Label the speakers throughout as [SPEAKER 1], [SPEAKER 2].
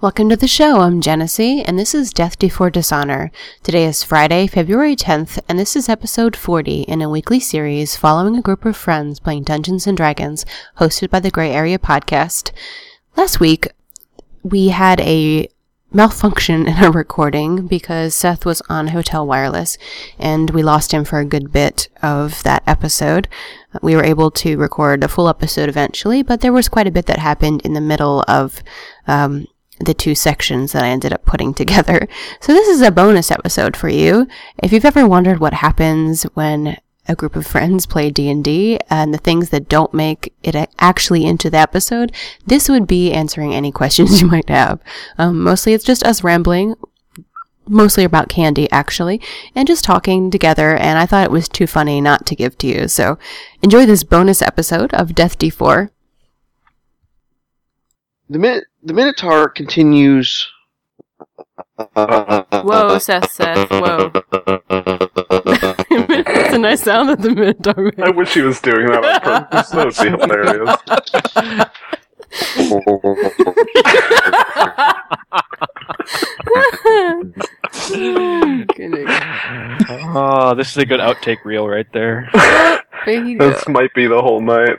[SPEAKER 1] Welcome to the show. I'm Genesee, and this is Death Before Dishonor. Today is Friday, February 10th, and this is episode 40 in a weekly series following a group of friends playing Dungeons and Dragons, hosted by the Gray Area Podcast. Last week, we had a malfunction in our recording because Seth was on Hotel Wireless and we lost him for a good bit of that episode. We were able to record a full episode eventually, but there was quite a bit that happened in the middle of um, the two sections that I ended up putting together. So this is a bonus episode for you. If you've ever wondered what happens when a group of friends play D&D and the things that don't make it a- actually into the episode, this would be answering any questions you might have. Um, mostly it's just us rambling, mostly about candy actually, and just talking together and I thought it was too funny not to give to you. So enjoy this bonus episode of Death D4.
[SPEAKER 2] The min- the Minotaur continues.
[SPEAKER 3] Whoa, Seth, Seth, whoa. That's a nice sound that the Minotaur
[SPEAKER 4] I
[SPEAKER 3] made.
[SPEAKER 4] wish he was doing that on purpose. That would be hilarious.
[SPEAKER 3] Goodness.
[SPEAKER 5] Oh, this is a good outtake reel right there.
[SPEAKER 3] There you go.
[SPEAKER 4] This might be the whole night.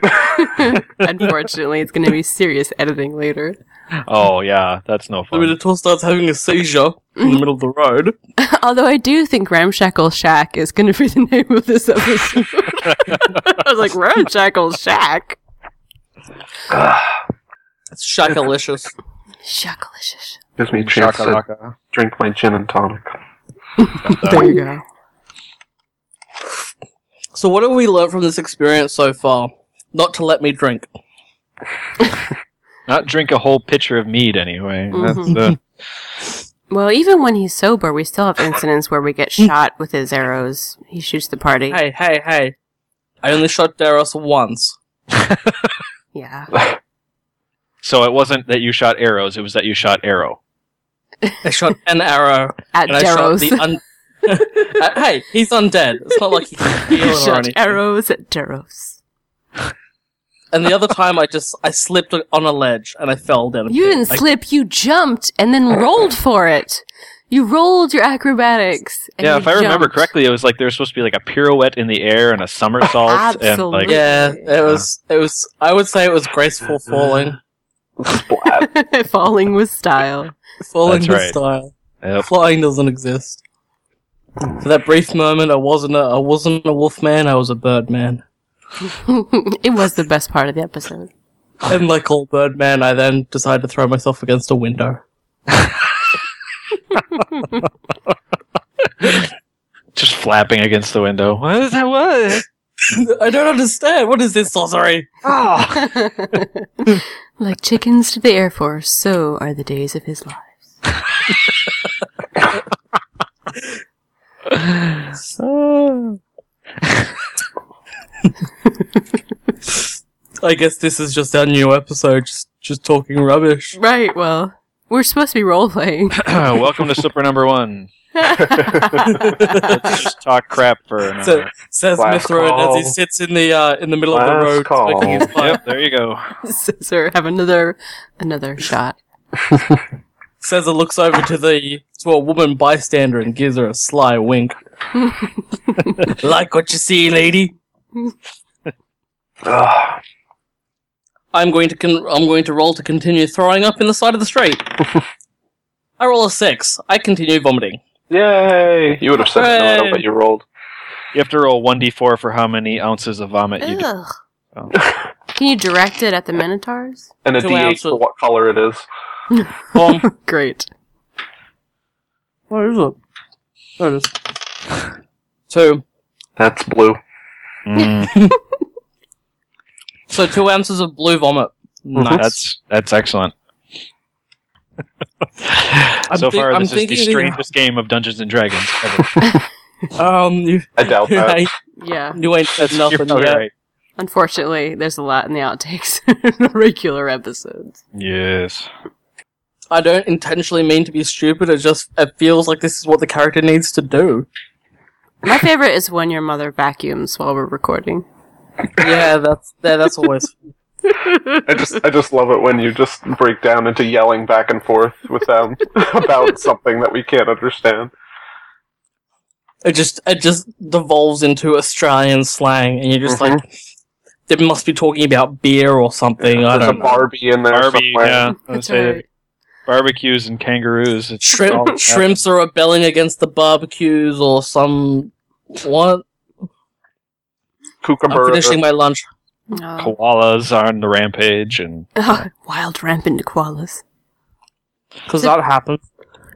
[SPEAKER 3] Unfortunately, it's going to be serious editing later.
[SPEAKER 5] Oh yeah, that's no
[SPEAKER 6] The
[SPEAKER 5] fun.
[SPEAKER 6] Minotaur starts having a seizure in the middle of the road.
[SPEAKER 3] Although I do think Ramshackle Shack is going to be the name of this episode. I was like, Ramshackle Shack?
[SPEAKER 6] It's shackalicious.
[SPEAKER 3] Shackalicious.
[SPEAKER 4] Gives me a chance to
[SPEAKER 5] Shakalaka.
[SPEAKER 4] drink my gin and tonic.
[SPEAKER 3] There you go.
[SPEAKER 6] so, what have we learned from this experience so far? Not to let me drink.
[SPEAKER 5] Not drink a whole pitcher of mead anyway.
[SPEAKER 3] Mhm.
[SPEAKER 5] That's
[SPEAKER 3] Well, even when he's sober, we still have incidents where we get shot with his arrows. He shoots the party.
[SPEAKER 6] Hey, hey, hey. I only shot Daros once.
[SPEAKER 3] Yeah.
[SPEAKER 5] the- so it wasn't that you shot arrows; it was that you shot arrow.
[SPEAKER 6] I shot an arrow,
[SPEAKER 3] At
[SPEAKER 6] and I shot
[SPEAKER 3] Darrow's.
[SPEAKER 6] the un- Uh, Hey, he's undead. It's not like he can feel
[SPEAKER 3] You
[SPEAKER 6] it or
[SPEAKER 3] shot
[SPEAKER 6] anything.
[SPEAKER 3] arrows at Daros.
[SPEAKER 6] And the other time, I just I slipped on a ledge and I fell down. a
[SPEAKER 3] You
[SPEAKER 6] pit.
[SPEAKER 3] didn't
[SPEAKER 6] I-
[SPEAKER 3] slip, you jumped and then rolled for it. You rolled your acrobatics. And
[SPEAKER 5] yeah,
[SPEAKER 3] you
[SPEAKER 5] if I remember
[SPEAKER 3] jumped.
[SPEAKER 5] correctly, it was like there was supposed to be like a pirouette in the air and a somersault, and like
[SPEAKER 3] Absolutely.
[SPEAKER 6] yeah, it was. It was. I would say it was graceful falling,
[SPEAKER 4] Splat.
[SPEAKER 3] Falling with style.
[SPEAKER 6] falling
[SPEAKER 5] That's
[SPEAKER 6] with
[SPEAKER 5] right.
[SPEAKER 6] style.
[SPEAKER 5] yep.
[SPEAKER 6] Flying doesn't exist. For that brief moment, I wasn't a I wasn't a wolf man. I was a bird man,
[SPEAKER 3] it was the best part of the episode.
[SPEAKER 6] and like all bird men, I then decided to throw myself against a window.
[SPEAKER 5] just flapping against the window. What is that? What?
[SPEAKER 6] I don't understand. What is this sorcery?
[SPEAKER 5] oh,
[SPEAKER 3] like chickens to the Air Force, so are the days of his life.
[SPEAKER 6] I guess this is just our new episode, just just talking rubbish.
[SPEAKER 3] Right, well, we're supposed to be role playing.
[SPEAKER 5] welcome to Slipper Number One. Let's just talk crap for an hour.
[SPEAKER 6] So, says
[SPEAKER 4] Last
[SPEAKER 6] Mithrin as he
[SPEAKER 4] call.
[SPEAKER 6] sits in the uh, in the middle of
[SPEAKER 4] Last
[SPEAKER 6] the road,
[SPEAKER 4] call.
[SPEAKER 6] smoking his pipe.
[SPEAKER 5] Yep, there you go.
[SPEAKER 3] Scissor, have another another shot.
[SPEAKER 6] Says it looks over to the to a woman bystander and gives her a sly wink. like what you see, lady.
[SPEAKER 4] Ugh.
[SPEAKER 6] I'm going to con- I'm going to roll to continue throwing up in the side of the street. I roll a six. I continue vomiting.
[SPEAKER 4] Yay! You would have said it no matter
[SPEAKER 6] Hooray.
[SPEAKER 4] what you rolled.
[SPEAKER 5] You have to roll one d4 for how many ounces of vomit you. Do.
[SPEAKER 3] Ugh. Can you direct it at the Minotaurs?
[SPEAKER 4] And a
[SPEAKER 6] Two
[SPEAKER 4] D8
[SPEAKER 6] ounces.
[SPEAKER 4] for what color it is.
[SPEAKER 6] Boom.
[SPEAKER 3] Great.
[SPEAKER 6] what is it? There it is. Two.
[SPEAKER 4] That's blue.
[SPEAKER 5] Mm.
[SPEAKER 6] So two ounces of blue vomit. Nice.
[SPEAKER 5] That's that's excellent. so
[SPEAKER 6] thi-
[SPEAKER 5] far,
[SPEAKER 6] I'm
[SPEAKER 5] this is the
[SPEAKER 6] thinking-
[SPEAKER 5] strangest game of Dungeons and Dragons ever.
[SPEAKER 6] um, you,
[SPEAKER 4] I doubt
[SPEAKER 6] you,
[SPEAKER 4] that.
[SPEAKER 6] ain't,
[SPEAKER 3] Yeah.
[SPEAKER 6] you ain't said
[SPEAKER 5] You're
[SPEAKER 6] nothing
[SPEAKER 5] probably
[SPEAKER 6] yet.
[SPEAKER 5] right.
[SPEAKER 3] Unfortunately, there's a lot in the outtakes in regular episodes.
[SPEAKER 5] Yes.
[SPEAKER 6] I don't intentionally mean to be stupid. It just it feels like this is what the character needs to do.
[SPEAKER 3] My favorite is when your mother vacuums while we're recording.
[SPEAKER 6] Yeah, that's that, that's always.
[SPEAKER 4] I just I just love it when you just break down into yelling back and forth with them about something that we can't understand.
[SPEAKER 6] It just it just devolves into Australian slang, and you're just like, they must be talking about beer or something. I
[SPEAKER 4] There's a
[SPEAKER 6] don't know.
[SPEAKER 4] Barbie in there
[SPEAKER 5] Barbie,
[SPEAKER 4] somewhere.
[SPEAKER 5] yeah. I would
[SPEAKER 3] That's
[SPEAKER 5] say
[SPEAKER 3] right.
[SPEAKER 5] barbecues and kangaroos. It's all
[SPEAKER 6] Shrimp,
[SPEAKER 5] that.
[SPEAKER 6] shrimps are rebelling against the barbecues or some. What? I'm
[SPEAKER 4] Kookaburra.
[SPEAKER 6] finishing my lunch. Uh,
[SPEAKER 3] Oh.
[SPEAKER 5] Koalas are on the rampage, and
[SPEAKER 3] Ah, wild rampant koalas.
[SPEAKER 6] Because that happened.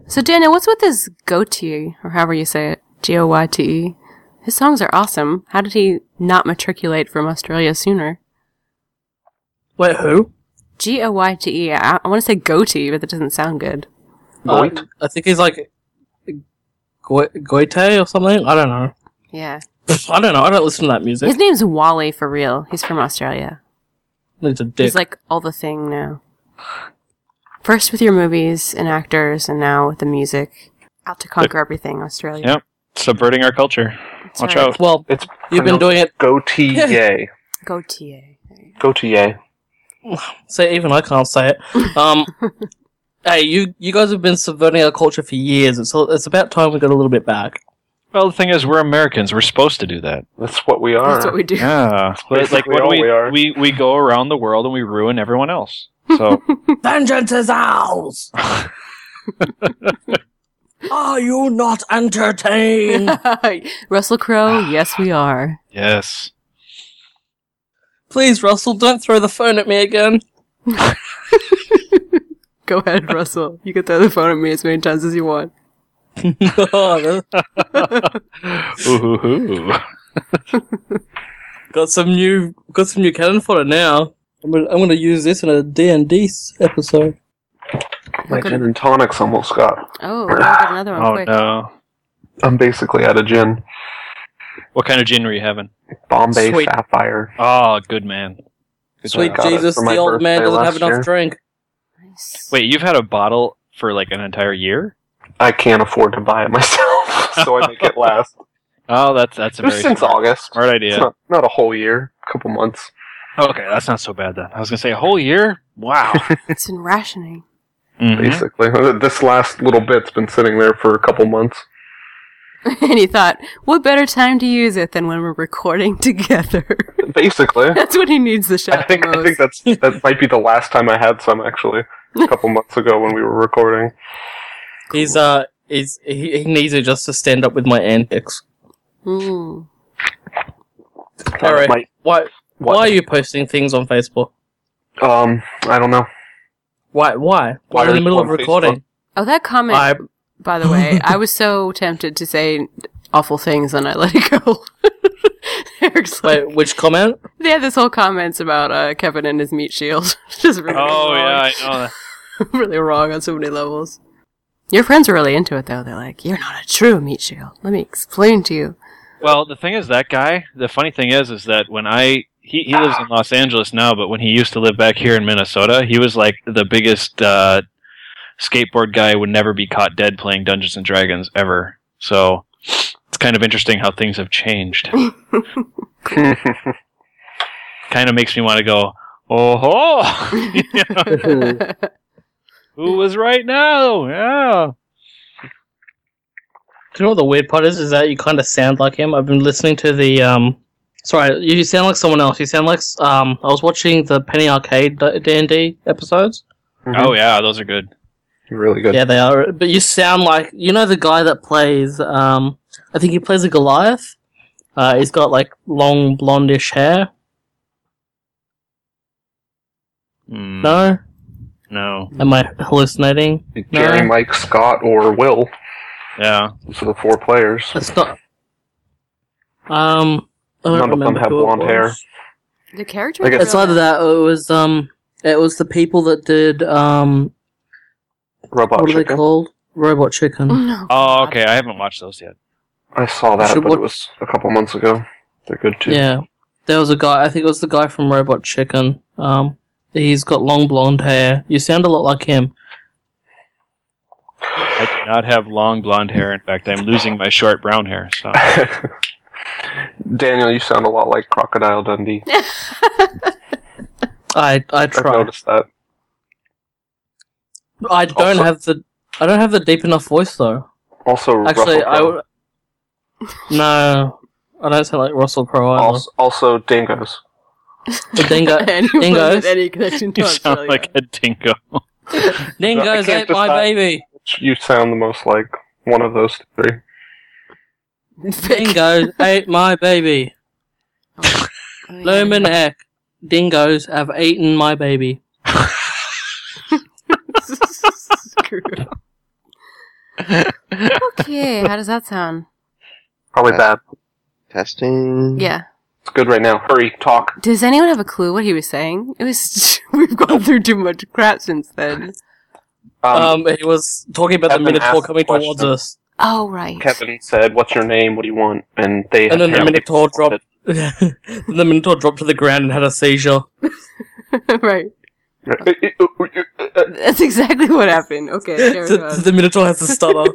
[SPEAKER 3] So Daniel, what's with this goatee or however you say it, G O Y T E? His songs are awesome. How did he not matriculate from Australia sooner?
[SPEAKER 6] Wait, who?
[SPEAKER 3] G O Y T E. I, I want to say goatee, but that doesn't sound good.
[SPEAKER 4] Goit?
[SPEAKER 6] Uh, I think he's like. Go- Goite or something? I don't know.
[SPEAKER 3] Yeah,
[SPEAKER 6] I don't know. I don't listen to that music.
[SPEAKER 3] his name's Wally for real. He's from Australia.
[SPEAKER 6] It's a dick.
[SPEAKER 3] He's like all the thing now. First with your movies and actors, and now with the music. Out to conquer everything, Australia.
[SPEAKER 5] Yep. subverting our culture.
[SPEAKER 3] That's
[SPEAKER 5] Watch
[SPEAKER 3] right.
[SPEAKER 5] out.
[SPEAKER 6] well,
[SPEAKER 4] It's
[SPEAKER 6] you've been doing it.
[SPEAKER 4] Gotier.
[SPEAKER 3] Goatee.
[SPEAKER 4] Gotier.
[SPEAKER 6] Say even I can't say it. Um, hey, you you guys have been subverting our culture for years. It's it's about time we got a little bit back.
[SPEAKER 5] Well, the thing is, we're Americans. We're supposed to do that.
[SPEAKER 4] That's what we are.
[SPEAKER 3] That's what we do.
[SPEAKER 5] Yeah. like, like,
[SPEAKER 4] Basically
[SPEAKER 5] what do
[SPEAKER 4] all
[SPEAKER 5] we,
[SPEAKER 4] we are.
[SPEAKER 5] we we go around the world and we ruin everyone else. So
[SPEAKER 6] Vengeance is ours. Are you not entertained?
[SPEAKER 3] Russell Crowe. yes, we are.
[SPEAKER 5] yes,
[SPEAKER 6] Please, Russell, don't throw the phone at me again.
[SPEAKER 3] Go ahead, Russell. You can throw the phone at me as many times as you want.
[SPEAKER 6] Got
[SPEAKER 5] ooh, ooh, ooh.
[SPEAKER 6] Oh, some new got some new cannon fodder now. I'm gonna, I'm gonna use this in a D and D episode.
[SPEAKER 4] My gin and tonic's almost got.
[SPEAKER 3] Oh, we'll get another one
[SPEAKER 5] oh
[SPEAKER 3] quick.
[SPEAKER 5] no!
[SPEAKER 4] I'm basically out of gin.
[SPEAKER 5] What kind of gin were you having?
[SPEAKER 4] Bombay
[SPEAKER 6] Sweet.
[SPEAKER 4] Sapphire.
[SPEAKER 5] Oh, good man. Good
[SPEAKER 6] Sweet
[SPEAKER 5] job.
[SPEAKER 4] got it
[SPEAKER 6] Jesus,
[SPEAKER 4] for my
[SPEAKER 6] the old man
[SPEAKER 4] birthday
[SPEAKER 6] doesn't have
[SPEAKER 4] last
[SPEAKER 6] enough
[SPEAKER 4] year.
[SPEAKER 6] drink.
[SPEAKER 3] Nice.
[SPEAKER 5] Wait, you've had a bottle for like an entire year?
[SPEAKER 4] I can't afford to buy it myself, so I make it last.
[SPEAKER 5] Oh, that's that's a
[SPEAKER 4] It was
[SPEAKER 5] very
[SPEAKER 4] since
[SPEAKER 5] smart,
[SPEAKER 4] August.
[SPEAKER 5] smart
[SPEAKER 4] It's
[SPEAKER 5] idea.
[SPEAKER 4] not, not a whole year, a couple months.
[SPEAKER 5] Okay, that's not so bad then. I was gonna say a whole year. Wow.
[SPEAKER 3] It's in rationing.
[SPEAKER 5] Mhm.
[SPEAKER 4] basically. This last little bit's been sitting there for a couple months.
[SPEAKER 3] and he thought, what better time to use it than when we're recording together?
[SPEAKER 4] Basically,
[SPEAKER 3] That's when he needs the shot
[SPEAKER 4] I think
[SPEAKER 3] the most.
[SPEAKER 4] I think that's that might be the last time I had some actually. A couple months ago when we were recording.
[SPEAKER 6] He's uh, he's he, he needs it just to stand up with my antics.
[SPEAKER 3] Mm.
[SPEAKER 6] All right.
[SPEAKER 4] Might-
[SPEAKER 6] Why
[SPEAKER 4] What?
[SPEAKER 6] why are you posting things on Facebook?
[SPEAKER 4] Um, I don't know.
[SPEAKER 6] Why why?
[SPEAKER 4] Why
[SPEAKER 6] Why in
[SPEAKER 4] are
[SPEAKER 6] the
[SPEAKER 4] you
[SPEAKER 6] middle of
[SPEAKER 4] on
[SPEAKER 6] recording?
[SPEAKER 3] Oh, that comment,
[SPEAKER 6] I
[SPEAKER 3] by the way, I was so tempted to say awful things and I let it go. Eric's like,
[SPEAKER 6] wait, which comment?
[SPEAKER 3] they had this whole comments about uh, Kevin and his meat shield. Just really
[SPEAKER 5] Oh
[SPEAKER 3] wrong.
[SPEAKER 5] yeah, I know. that.
[SPEAKER 3] really wrong on so many levels. Your friends are really into it, though. They're like, "You're not a true meat shield. Let me explain to you."
[SPEAKER 5] Well, the thing is, that guy. The funny thing is, is that when I he, he lives in Los Angeles now, but when he used to live back here in Minnesota, he was like the biggest uh, skateboard guy would never be caught dead playing Dungeons and Dragons ever. So it's kind of interesting how things have changed. kind of makes me want to go, oh ho, You know, who was right now? Yeah.
[SPEAKER 6] Do you know what the weird part is? Is that you kind of sound like him. I've been listening to the um. Sorry, you sound like someone else. You sound like s- um. I was watching the Penny Arcade uh, D and D episodes.
[SPEAKER 5] Oh yeah, those are good.
[SPEAKER 4] really good.
[SPEAKER 6] Yeah, they are. But you sound like you know the guy that plays um. I think he plays a Goliath. Uh, he's got like long blondish hair.
[SPEAKER 4] Hmm.
[SPEAKER 5] Mm,
[SPEAKER 6] No,
[SPEAKER 5] no.
[SPEAKER 6] am I hallucinating?
[SPEAKER 4] Jerry, Mike, Scott, or Will.
[SPEAKER 5] Yeah.
[SPEAKER 4] Those are the four players.
[SPEAKER 6] That's not. Um, I don't
[SPEAKER 4] None of them
[SPEAKER 6] remember
[SPEAKER 4] have
[SPEAKER 6] who it
[SPEAKER 4] blonde hair.
[SPEAKER 6] was.
[SPEAKER 3] the character.
[SPEAKER 4] I guess-
[SPEAKER 6] It's either that or it was um, it was the people that did um,
[SPEAKER 4] Robot
[SPEAKER 6] what are they
[SPEAKER 4] Chicken.
[SPEAKER 6] called? Robot Chicken.
[SPEAKER 3] No.
[SPEAKER 5] Oh, okay. I haven't watched those yet.
[SPEAKER 4] I saw that,
[SPEAKER 6] Should
[SPEAKER 4] but
[SPEAKER 6] what-
[SPEAKER 4] it was a couple months ago. They're good too.
[SPEAKER 6] yeah, there was a guy. I think it was the guy from Robot Chicken. Um, he's got long blonde hair. You sound a lot like him.
[SPEAKER 5] I do not have long blonde hair. In fact, I'm losing my short brown hair. So
[SPEAKER 4] Daniel, you sound a lot like Crocodile Dundee.
[SPEAKER 6] I I
[SPEAKER 4] I've
[SPEAKER 6] tried.
[SPEAKER 4] noticed that.
[SPEAKER 6] I don't
[SPEAKER 4] Also-
[SPEAKER 6] have the I don't have the deep enough voice though.
[SPEAKER 4] Also,
[SPEAKER 6] Actually,
[SPEAKER 4] Russell
[SPEAKER 6] I
[SPEAKER 4] Crowe.
[SPEAKER 6] would. No, I don't sound like Russell Crowe. either.
[SPEAKER 4] also, also dingoes.
[SPEAKER 6] But dingo,
[SPEAKER 3] Anyone
[SPEAKER 6] dingoes?
[SPEAKER 3] with any connection to
[SPEAKER 5] You sound
[SPEAKER 3] Australia.
[SPEAKER 5] like a dingo.
[SPEAKER 4] I
[SPEAKER 6] dingoes
[SPEAKER 4] can't
[SPEAKER 6] ate my
[SPEAKER 4] decide.
[SPEAKER 6] baby.
[SPEAKER 4] You sound the most like one of those three.
[SPEAKER 6] Dingoes ate my baby.
[SPEAKER 3] Oh,
[SPEAKER 6] Lumen heck. Dingoes have eaten my baby.
[SPEAKER 3] Screw. okay, how does that sound?
[SPEAKER 4] Probably
[SPEAKER 2] Uh,
[SPEAKER 4] bad.
[SPEAKER 2] Testing.
[SPEAKER 3] Yeah.
[SPEAKER 4] It's good right now. Hurry, talk.
[SPEAKER 3] Does anyone have a clue what he was saying? It was we've gone through too much crap since then.
[SPEAKER 4] Um,
[SPEAKER 6] Um, he was talking about the
[SPEAKER 4] Kevin asked
[SPEAKER 6] Minotaur
[SPEAKER 4] the
[SPEAKER 6] coming
[SPEAKER 4] question.
[SPEAKER 6] towards us.
[SPEAKER 3] Oh right.
[SPEAKER 4] Kevin said, "What's your name? What do you want?" And they
[SPEAKER 6] And then the
[SPEAKER 4] apparently
[SPEAKER 6] Minotaur dropped.
[SPEAKER 4] said-
[SPEAKER 6] the Minotaur dropped to the ground and had a seizure.
[SPEAKER 3] right.
[SPEAKER 4] Uh,
[SPEAKER 3] That's exactly what happened. Okay. carry
[SPEAKER 6] The,
[SPEAKER 3] on.
[SPEAKER 6] the Minotaur has a stutter.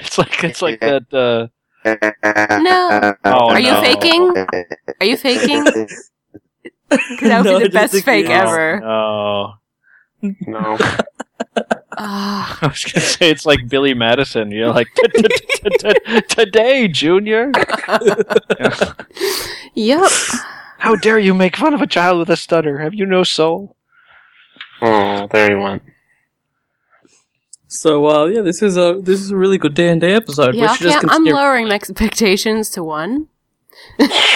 [SPEAKER 5] It's like it's like that. Uh,
[SPEAKER 2] No.
[SPEAKER 5] Oh,
[SPEAKER 3] Are you
[SPEAKER 5] no.
[SPEAKER 3] faking? Are you faking? 'Cause That would
[SPEAKER 6] No, I
[SPEAKER 3] be the
[SPEAKER 6] didn't
[SPEAKER 3] best
[SPEAKER 6] think
[SPEAKER 3] fake
[SPEAKER 6] you-
[SPEAKER 3] ever.
[SPEAKER 5] Oh,
[SPEAKER 4] no,
[SPEAKER 3] Ah,
[SPEAKER 5] I was gonna say it's like Billy Madison. You're like "T- t- t- t- t- today, Junior.
[SPEAKER 3] yep.
[SPEAKER 5] How dare you make fun of a child with a stutter? Have you no soul?
[SPEAKER 4] oh, there you went.
[SPEAKER 6] So uh, yeah, this is a this is a really good D and D episode.
[SPEAKER 3] Yeah,
[SPEAKER 6] we
[SPEAKER 3] I
[SPEAKER 6] should just
[SPEAKER 3] can't- I'm
[SPEAKER 6] continue
[SPEAKER 3] lowering my expectations to one.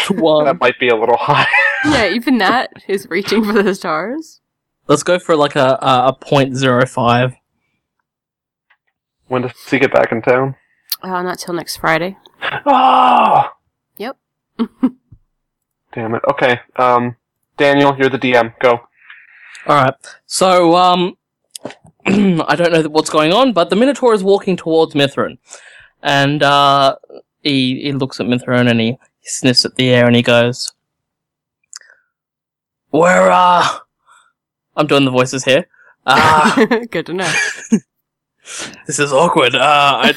[SPEAKER 6] to one.
[SPEAKER 4] That might be a little high.
[SPEAKER 3] Yeah, even that is reaching for the stars.
[SPEAKER 6] Let's go for like a a, a point zero five.
[SPEAKER 4] When does he get back in town?
[SPEAKER 3] Oh, not till next Friday.
[SPEAKER 4] Oh,
[SPEAKER 3] Yep.
[SPEAKER 4] damn it. Okay, um, Daniel, you're the DM. Go.
[SPEAKER 6] All right. So um, I don't know what's going on, but the Minotaur is walking towards Mithrin, and uh, he he looks at Mithrin and he sniffs at the air and he goes, "Where uh, I'm doing the voices here. Uh,
[SPEAKER 3] Good to know.
[SPEAKER 6] this is awkward. Uh, I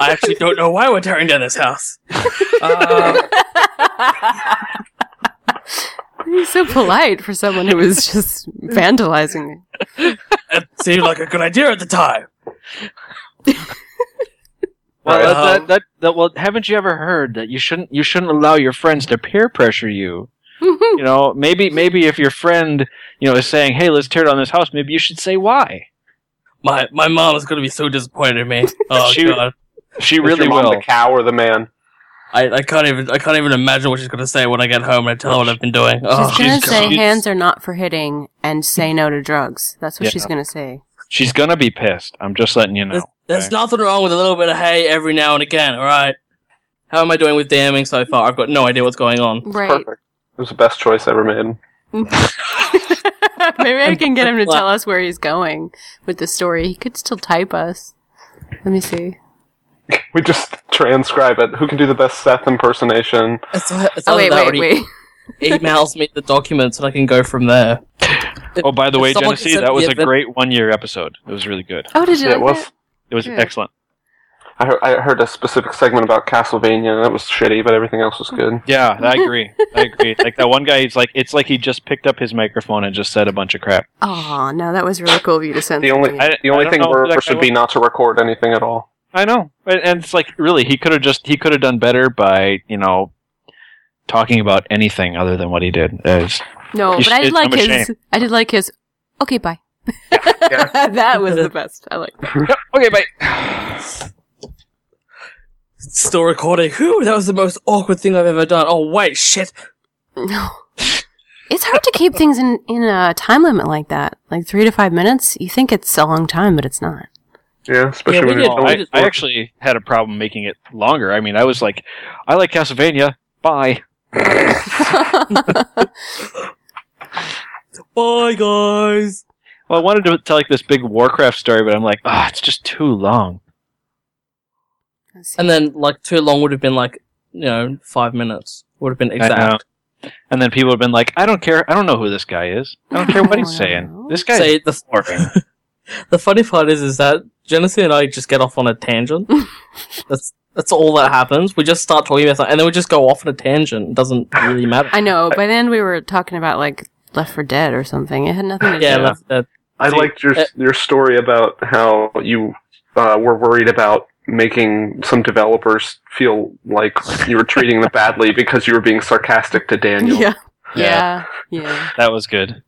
[SPEAKER 6] I actually don't know why we're tearing down this house." Uh,
[SPEAKER 3] He's so polite for someone who was just vandalizing. it.
[SPEAKER 6] it seemed like a good idea at the time.
[SPEAKER 5] Well,
[SPEAKER 4] Right.
[SPEAKER 5] that,
[SPEAKER 6] Um,
[SPEAKER 5] that, that, that, well, haven't you ever heard that you shouldn't you shouldn't allow your friends to peer pressure you? you know, maybe maybe if your friend you know is saying, "Hey, let's tear down this house," maybe you should say why.
[SPEAKER 6] My my mom is gonna be so disappointed in me. Oh
[SPEAKER 5] She-
[SPEAKER 6] god,
[SPEAKER 5] She
[SPEAKER 4] Is
[SPEAKER 5] really
[SPEAKER 4] your mom
[SPEAKER 5] will.
[SPEAKER 4] the cow or the man?
[SPEAKER 6] I, I can't even I can't even imagine what she's gonna say when I get home and I tell her what I've been doing. Oh,
[SPEAKER 3] she's gonna
[SPEAKER 5] she's-
[SPEAKER 3] say
[SPEAKER 5] she's-
[SPEAKER 3] hands are not for hitting and say no to drugs. That's what
[SPEAKER 5] Yeah.
[SPEAKER 3] she's gonna say.
[SPEAKER 5] She's gonna be pissed. I'm just letting you know.
[SPEAKER 6] there's, there's
[SPEAKER 5] okay?
[SPEAKER 6] nothing wrong with a little bit of hay every now and again. All right, how am I doing with DMing so far? I've got no idea what's going on.
[SPEAKER 3] Right.
[SPEAKER 4] Perfect. It was the best choice ever made.
[SPEAKER 3] Maybe I can get him to tell us where he's going with the story. He could still type us. Let me see.
[SPEAKER 4] We just transcribe it. Who can do the best Seth impersonation?
[SPEAKER 6] It's, it's
[SPEAKER 3] Oh
[SPEAKER 6] either
[SPEAKER 3] wait,
[SPEAKER 6] that e- or
[SPEAKER 3] wait,
[SPEAKER 6] he
[SPEAKER 3] wait.
[SPEAKER 6] emails me the documents and I can go from there.
[SPEAKER 5] oh, by the way,
[SPEAKER 6] someone
[SPEAKER 5] Genesee,
[SPEAKER 6] sent
[SPEAKER 5] that
[SPEAKER 6] me
[SPEAKER 5] was
[SPEAKER 6] a
[SPEAKER 5] a
[SPEAKER 6] vid-
[SPEAKER 5] great one year episode. It was really good.
[SPEAKER 3] Oh, did you
[SPEAKER 4] Yeah,
[SPEAKER 3] like
[SPEAKER 4] it was.
[SPEAKER 3] that?
[SPEAKER 5] It was
[SPEAKER 3] Good.
[SPEAKER 5] excellent.
[SPEAKER 4] I heard, I heard a specific segment about Castlevania, and that was shitty, but everything else was good.
[SPEAKER 5] Yeah, I agree. I agree. Like that one guy, he's like, it's like he just picked up his microphone and just said a bunch of crap.
[SPEAKER 3] Oh no, that was really cool of you to send.
[SPEAKER 4] The only
[SPEAKER 5] I-
[SPEAKER 4] the
[SPEAKER 5] I
[SPEAKER 4] only
[SPEAKER 5] don't
[SPEAKER 4] thing
[SPEAKER 5] know who that
[SPEAKER 4] worse
[SPEAKER 5] guy
[SPEAKER 4] should be not to record anything at all.
[SPEAKER 5] I know, and, and it's like really, he could have just he could have done better by you know talking about anything other than what he did. Uh, It's-
[SPEAKER 3] no,
[SPEAKER 5] You
[SPEAKER 3] but I
[SPEAKER 5] should-
[SPEAKER 3] did like
[SPEAKER 5] I'm
[SPEAKER 3] his.
[SPEAKER 5] ashamed.
[SPEAKER 3] I did like his. Okay, bye.
[SPEAKER 4] yeah.
[SPEAKER 3] that was the best. I like. That.
[SPEAKER 5] okay, bye.
[SPEAKER 6] Still recording. Whew, that was the most awkward thing I've ever done. Oh wait, shit.
[SPEAKER 3] No, it's hard to keep things in in a time limit like that. Like three to five minutes. You think it's a long time, but it's not.
[SPEAKER 4] Yeah, especially
[SPEAKER 6] Yeah, we
[SPEAKER 4] when
[SPEAKER 6] did-
[SPEAKER 4] you're
[SPEAKER 6] we
[SPEAKER 4] only-
[SPEAKER 5] I, I actually had a problem making it longer. I mean, I was like, I like Castlevania. Bye.
[SPEAKER 6] Bye guys.
[SPEAKER 5] Well, I wanted to tell like this big Warcraft story, but I'm like, ah, it's just too long.
[SPEAKER 6] And then like too long would have been like you know five minutes would have been
[SPEAKER 5] I know.
[SPEAKER 6] exact.
[SPEAKER 5] And then people have been like, I don't care. I don't know who this guy is. I don't care what he's
[SPEAKER 3] I don't
[SPEAKER 5] saying.
[SPEAKER 3] know.
[SPEAKER 5] This guy's
[SPEAKER 6] Say the
[SPEAKER 5] boring.
[SPEAKER 6] The funny part is, is that Genesee and I just get off on a tangent. that's That's all that happens. We just start talking about something, and then we just go off on a tangent. It doesn't really matter.
[SPEAKER 3] I know. By then we were talking about like Left for Dead or something. It had nothing to
[SPEAKER 6] yeah,
[SPEAKER 3] do.
[SPEAKER 6] that's- that-
[SPEAKER 4] I
[SPEAKER 6] See,
[SPEAKER 4] liked your
[SPEAKER 6] uh,
[SPEAKER 4] your story about how you uh, were worried about making some developers feel like you were treating them badly because you were being sarcastic to Daniel.
[SPEAKER 3] Yeah.
[SPEAKER 5] Yeah.
[SPEAKER 3] Yeah. Yeah.
[SPEAKER 5] That was good.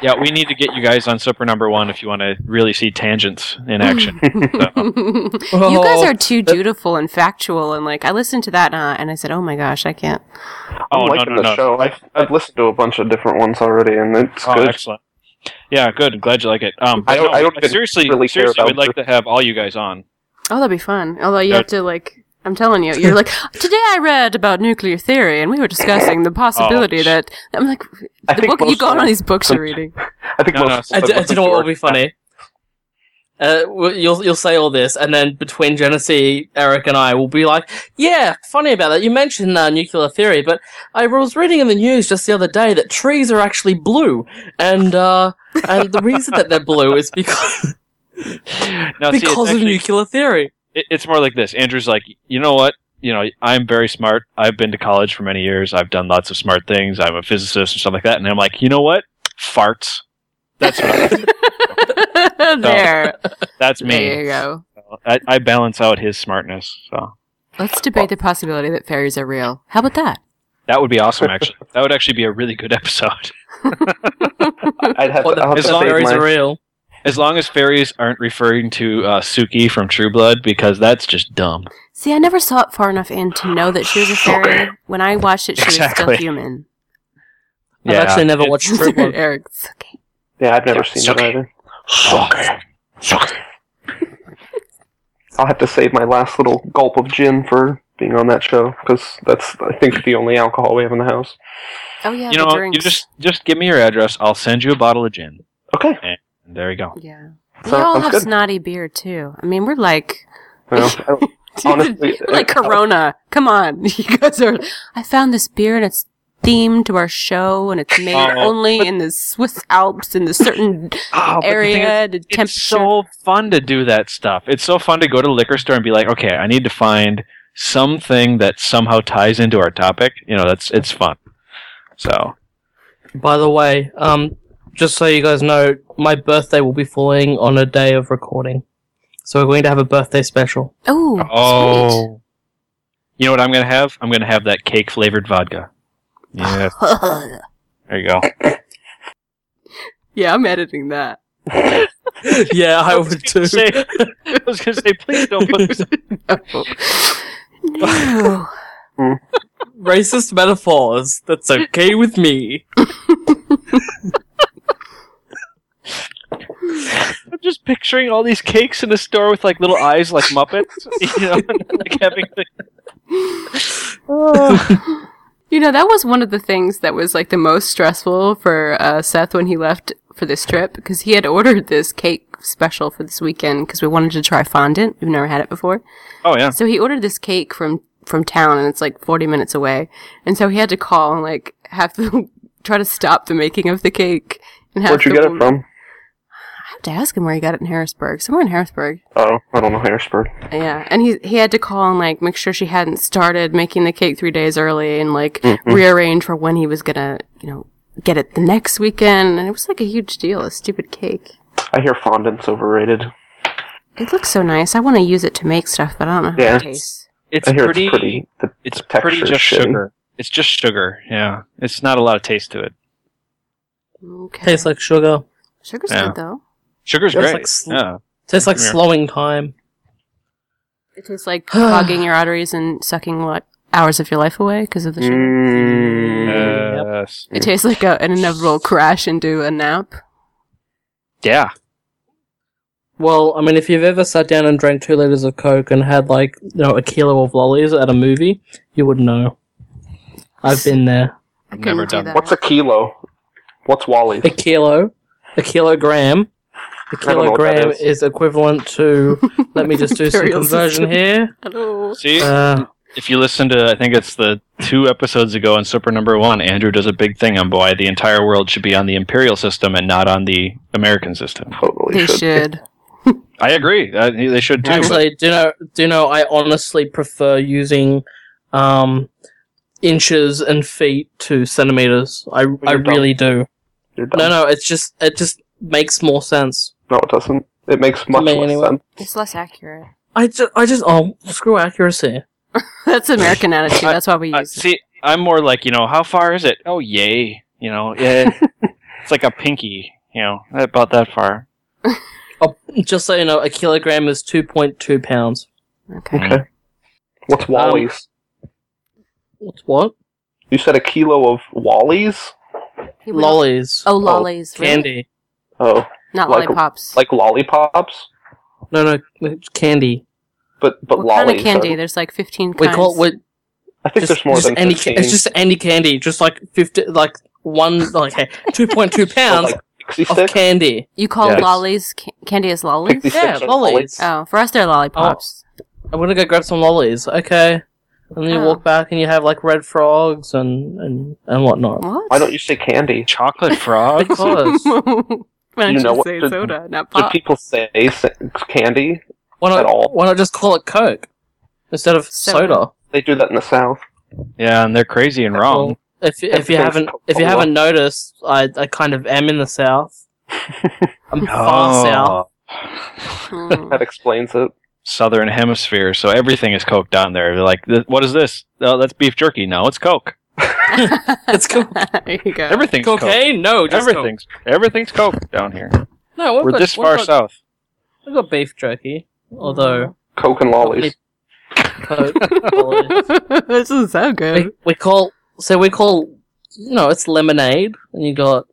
[SPEAKER 5] Yeah, we need to get you guys on Super Number One if you want to really see tangents in action. So,
[SPEAKER 3] you guys
[SPEAKER 6] Oh,
[SPEAKER 3] are too dutiful and factual, and like I listened to that uh, and I said, "Oh my gosh, I can't."
[SPEAKER 5] oh,
[SPEAKER 4] I'm
[SPEAKER 5] no,
[SPEAKER 4] liking
[SPEAKER 5] no,
[SPEAKER 4] the
[SPEAKER 5] no.
[SPEAKER 4] show. I've, I've listened to a bunch of different ones already, and it's
[SPEAKER 5] Oh,
[SPEAKER 4] good.
[SPEAKER 5] excellent. Yeah, good. Glad you like it. Um,
[SPEAKER 4] I don't-
[SPEAKER 5] but no,
[SPEAKER 4] I don't even
[SPEAKER 5] seriously,
[SPEAKER 4] really care
[SPEAKER 5] seriously,
[SPEAKER 4] about
[SPEAKER 5] we'd like to have all you guys on.
[SPEAKER 3] Oh, that'd be fun. Although you
[SPEAKER 5] Yeah.
[SPEAKER 3] have to like, I'm telling you, you're like, today I read about nuclear theory, and we were discussing the possibility
[SPEAKER 5] sh-
[SPEAKER 3] that I'm like,
[SPEAKER 4] I
[SPEAKER 3] the book
[SPEAKER 4] most
[SPEAKER 3] you got
[SPEAKER 4] of
[SPEAKER 3] on
[SPEAKER 4] them-
[SPEAKER 3] these books you're reading.
[SPEAKER 4] I think
[SPEAKER 5] No, no,
[SPEAKER 4] most.
[SPEAKER 6] I
[SPEAKER 4] of
[SPEAKER 6] d-
[SPEAKER 4] them
[SPEAKER 6] I do know what will be
[SPEAKER 4] were-
[SPEAKER 6] funny. Uh, w- you'll you'll say all this, and then between Genesee, Eric, and I will be like, "Yeah, funny about that. You mentioned uh, nuclear theory, but I was reading in the news just the other day that trees are actually blue, and uh, and the reason that they're blue is because
[SPEAKER 5] No, see, it's
[SPEAKER 6] because of
[SPEAKER 5] actually-
[SPEAKER 6] nuclear theory."
[SPEAKER 5] it, it's more like this. Andrew's like, you know what? You know, I'm very smart. I've been to college for many years. I've done lots of smart things. I'm a physicist and stuff like that. And I'm like, you know what? Farts. That's what,
[SPEAKER 3] there,
[SPEAKER 5] that's
[SPEAKER 3] there
[SPEAKER 5] me.
[SPEAKER 3] you go.
[SPEAKER 5] I, I balance out his smartness. So
[SPEAKER 3] Let's debate the possibility that fairies are real. How about that?
[SPEAKER 5] that would be awesome. Actually, that would actually be a really good episode.
[SPEAKER 4] I'd have
[SPEAKER 6] Or
[SPEAKER 4] to, I'll have to
[SPEAKER 6] the
[SPEAKER 5] it's
[SPEAKER 4] save
[SPEAKER 6] theories
[SPEAKER 4] my-
[SPEAKER 6] are real.
[SPEAKER 5] As long as fairies aren't referring to uh, Suki from True Blood, because that's just dumb.
[SPEAKER 3] See, I never saw it far enough in to know that she was a fairy. When I watched it, she was
[SPEAKER 5] Exactly.
[SPEAKER 3] still human.
[SPEAKER 6] I've actually never watched True Blood.
[SPEAKER 3] Eric, it's okay.
[SPEAKER 4] Yeah, I've never
[SPEAKER 5] Yeah,
[SPEAKER 4] seen
[SPEAKER 5] it's
[SPEAKER 4] it
[SPEAKER 5] okay.
[SPEAKER 4] either.
[SPEAKER 5] Suki. Suki.
[SPEAKER 4] I'll have to save my last little gulp of gin for being on that show because that's I think the only alcohol we have in the house.
[SPEAKER 3] Oh yeah,
[SPEAKER 5] You
[SPEAKER 3] the
[SPEAKER 5] know,
[SPEAKER 3] drinks.
[SPEAKER 5] you just just give me your address. I'll send you a bottle of gin.
[SPEAKER 4] Okay,
[SPEAKER 5] And there you go.
[SPEAKER 3] yeah. We
[SPEAKER 4] so-
[SPEAKER 3] all
[SPEAKER 4] sounds
[SPEAKER 3] have
[SPEAKER 4] good.
[SPEAKER 3] snotty beer too. I mean, we're like
[SPEAKER 4] Well, uh, I don't- Honestly,
[SPEAKER 3] We're like
[SPEAKER 4] uh,
[SPEAKER 3] Corona. Come on, you guys are. I found this beer and it's themed to our show and it's made
[SPEAKER 5] Oh.
[SPEAKER 3] only in the Swiss Alps in the certain
[SPEAKER 5] Oh,
[SPEAKER 3] area, the,
[SPEAKER 5] it's
[SPEAKER 3] temperature.
[SPEAKER 5] so fun to do that stuff. It's so fun to go to the liquor store and be like, okay, I need to find something that somehow ties into our topic. You know, that's it's fun. So
[SPEAKER 6] By the way, um, just so you guys know, my birthday will be falling on a day of recording, so we're going to have a birthday special.
[SPEAKER 3] oh, sweet.
[SPEAKER 5] oh, you know what I'm gonna have? I'm gonna have that cake flavored vodka. Yeah, there you go.
[SPEAKER 3] yeah, I'm editing that.
[SPEAKER 6] yeah, I would
[SPEAKER 5] I
[SPEAKER 6] too.
[SPEAKER 5] was gonna say- I was gonna say, please don't put this.
[SPEAKER 3] No.
[SPEAKER 6] Racist metaphors. That's okay with me.
[SPEAKER 5] I'm just picturing all these cakes in the store with like little eyes, like Muppets. You know, like having the
[SPEAKER 3] You know, that was one of the things that was like the most stressful for uh, Seth when he left for this trip because he had ordered this cake special for this weekend because we wanted to try fondant. We've never had it before.
[SPEAKER 5] oh yeah.
[SPEAKER 3] So he ordered this cake from from town, and it's like forty minutes away. And so he had to call and like have to try to stop the making of the cake. And have
[SPEAKER 4] where'd you
[SPEAKER 3] the
[SPEAKER 4] get it
[SPEAKER 3] woman-
[SPEAKER 4] from?
[SPEAKER 3] I have to ask him where he got it in Harrisburg. Somewhere in Harrisburg.
[SPEAKER 4] Oh, I don't know, Harrisburg.
[SPEAKER 3] Yeah, and he he had to call and like make sure she hadn't started making the cake three days early, and like
[SPEAKER 5] Mm-hmm.
[SPEAKER 3] rearrange for when he was gonna you know get it the next weekend. And it was like a huge deal. A stupid cake.
[SPEAKER 4] I hear fondant's overrated.
[SPEAKER 3] It looks so nice. I want to use it to make stuff, but I don't know how
[SPEAKER 4] Yeah.
[SPEAKER 3] it tastes.
[SPEAKER 5] It's
[SPEAKER 4] I hear
[SPEAKER 5] pretty.
[SPEAKER 4] it's pretty. The,
[SPEAKER 5] It's
[SPEAKER 4] the texture
[SPEAKER 5] pretty
[SPEAKER 4] is
[SPEAKER 5] just
[SPEAKER 4] shitty.
[SPEAKER 5] sugar. It's just sugar. Yeah, it's not a lot of taste to it.
[SPEAKER 3] Okay.
[SPEAKER 6] Tastes like sugar.
[SPEAKER 3] Sugar's
[SPEAKER 5] Yeah.
[SPEAKER 3] good though.
[SPEAKER 5] Sugar's
[SPEAKER 6] That's
[SPEAKER 5] great.
[SPEAKER 6] like sl-
[SPEAKER 5] yeah.
[SPEAKER 6] Tastes like
[SPEAKER 5] Yeah.
[SPEAKER 6] slowing time.
[SPEAKER 3] It tastes like clogging your arteries and sucking what hours of your life away because of the sugar.
[SPEAKER 4] Mm,
[SPEAKER 5] Yes.
[SPEAKER 3] It tastes like a, an inevitable crash into a nap.
[SPEAKER 5] Yeah.
[SPEAKER 6] Well, I mean, if you've ever sat down and drank two liters of Coke and had like you know a kilo of lollies at a movie, you would know. I've been there.
[SPEAKER 3] I
[SPEAKER 5] I've never
[SPEAKER 3] couldn't do
[SPEAKER 5] done
[SPEAKER 3] that.
[SPEAKER 4] What's a kilo? What's Wally's?
[SPEAKER 6] A kilo, a kilogram. A
[SPEAKER 4] I don't know what that
[SPEAKER 6] kilogram
[SPEAKER 4] is.
[SPEAKER 6] is. equivalent to. let me just do some
[SPEAKER 3] Imperial
[SPEAKER 6] conversion
[SPEAKER 3] system.
[SPEAKER 6] here.
[SPEAKER 3] Hello.
[SPEAKER 5] See,
[SPEAKER 6] Uh,
[SPEAKER 5] if you listen to, I think it's the two episodes ago on Super Number One, Andrew does a big thing on why the entire world should be on the imperial system and not on the American system.
[SPEAKER 4] Totally
[SPEAKER 3] They
[SPEAKER 4] should.
[SPEAKER 3] should.
[SPEAKER 5] I agree. Uh, they should too. but-
[SPEAKER 6] Actually, do you know? Do you know? I honestly prefer using um, inches and feet to centimeters. I, I
[SPEAKER 4] dumb.
[SPEAKER 6] really do.
[SPEAKER 4] You're dumb.
[SPEAKER 6] No, no, it's just it just makes more sense.
[SPEAKER 4] No, it doesn't. It makes much
[SPEAKER 6] me,
[SPEAKER 4] less
[SPEAKER 6] anyway.
[SPEAKER 4] sense.
[SPEAKER 3] It's less accurate.
[SPEAKER 6] I just, I just oh screw accuracy.
[SPEAKER 3] That's American attitude.
[SPEAKER 5] I-
[SPEAKER 3] That's why we
[SPEAKER 5] Uh,
[SPEAKER 3] use it.
[SPEAKER 5] see, I'm more like you know, how far is it? Oh, yay! You know, yeah, it's like a pinky. You know, about that far.
[SPEAKER 6] Oh, just so you know, a kilogram is two point two pounds.
[SPEAKER 3] Okay.
[SPEAKER 4] Okay. What's
[SPEAKER 6] Um,
[SPEAKER 4] Wally's?
[SPEAKER 6] What's what?
[SPEAKER 4] you said a kilo of Wally's?
[SPEAKER 3] He went-
[SPEAKER 6] Lollies,
[SPEAKER 3] Oh, lollies. really?
[SPEAKER 6] candy.
[SPEAKER 4] Oh,
[SPEAKER 3] Not
[SPEAKER 4] Like-
[SPEAKER 3] lollipops.
[SPEAKER 4] like lollipops,
[SPEAKER 6] No, no, it's candy.
[SPEAKER 4] but but
[SPEAKER 3] what kind
[SPEAKER 4] lollies.
[SPEAKER 3] of candy?
[SPEAKER 4] are-
[SPEAKER 3] There's like 15 kinds.
[SPEAKER 6] We call it. we
[SPEAKER 4] I think
[SPEAKER 6] just,
[SPEAKER 4] there's more
[SPEAKER 6] just
[SPEAKER 4] than
[SPEAKER 6] any. ca-
[SPEAKER 4] 15.
[SPEAKER 6] It's just any candy. Just like fifty, like one, like two point two
[SPEAKER 4] Oh,
[SPEAKER 6] pounds
[SPEAKER 4] like
[SPEAKER 6] of
[SPEAKER 4] 66?
[SPEAKER 6] candy.
[SPEAKER 3] you call
[SPEAKER 5] Yes.
[SPEAKER 3] lollies ca- candy as lollies?
[SPEAKER 4] 66
[SPEAKER 6] Yeah,
[SPEAKER 4] are
[SPEAKER 6] lollies.
[SPEAKER 3] Oh, for us they're lollipops.
[SPEAKER 6] I'm gonna go grab some lollies, okay? And then you
[SPEAKER 3] Oh.
[SPEAKER 6] walk back and you have like red frogs and and, and whatnot.
[SPEAKER 3] What?
[SPEAKER 4] Oh. Why don't you say candy?
[SPEAKER 5] Chocolate frogs.
[SPEAKER 3] Why don't
[SPEAKER 6] Because
[SPEAKER 4] You
[SPEAKER 3] you,
[SPEAKER 4] know what
[SPEAKER 3] say
[SPEAKER 4] the-
[SPEAKER 3] soda, not
[SPEAKER 4] Do
[SPEAKER 6] Uh,
[SPEAKER 3] pop?
[SPEAKER 4] people say s- candy?
[SPEAKER 6] why
[SPEAKER 4] At
[SPEAKER 6] not
[SPEAKER 4] all.
[SPEAKER 6] why not just call it Coke instead of
[SPEAKER 3] Soda.
[SPEAKER 6] soda?
[SPEAKER 4] They do that in the South.
[SPEAKER 5] yeah, and they're crazy and wrong.
[SPEAKER 6] Well, if if you
[SPEAKER 4] Everything's
[SPEAKER 6] haven't if you
[SPEAKER 4] Coca-Cola.
[SPEAKER 6] haven't noticed, I I kind of am in the south. I'm far
[SPEAKER 5] Oh.
[SPEAKER 6] south.
[SPEAKER 5] south.
[SPEAKER 3] Hmm.
[SPEAKER 4] That explains it.
[SPEAKER 5] Oh. Southern Hemisphere, so everything is coked on there. They're like, "Th- what is this? Oh, that's beef jerky. No, it's Coke.
[SPEAKER 6] It's cool.
[SPEAKER 3] there you go.
[SPEAKER 5] Everything's Coke.
[SPEAKER 6] Cocaine? No, just Coke.
[SPEAKER 5] Everything's everything's Coke down here.
[SPEAKER 6] No, we've
[SPEAKER 5] We're
[SPEAKER 6] got,
[SPEAKER 5] this
[SPEAKER 6] we've
[SPEAKER 5] far
[SPEAKER 6] got,
[SPEAKER 5] south.
[SPEAKER 6] We've got beef jerky, although
[SPEAKER 4] Coke and lollies.
[SPEAKER 6] Coke. lollies.
[SPEAKER 3] this is so
[SPEAKER 6] we,
[SPEAKER 3] good.
[SPEAKER 6] we call so we call you know it's lemonade and you got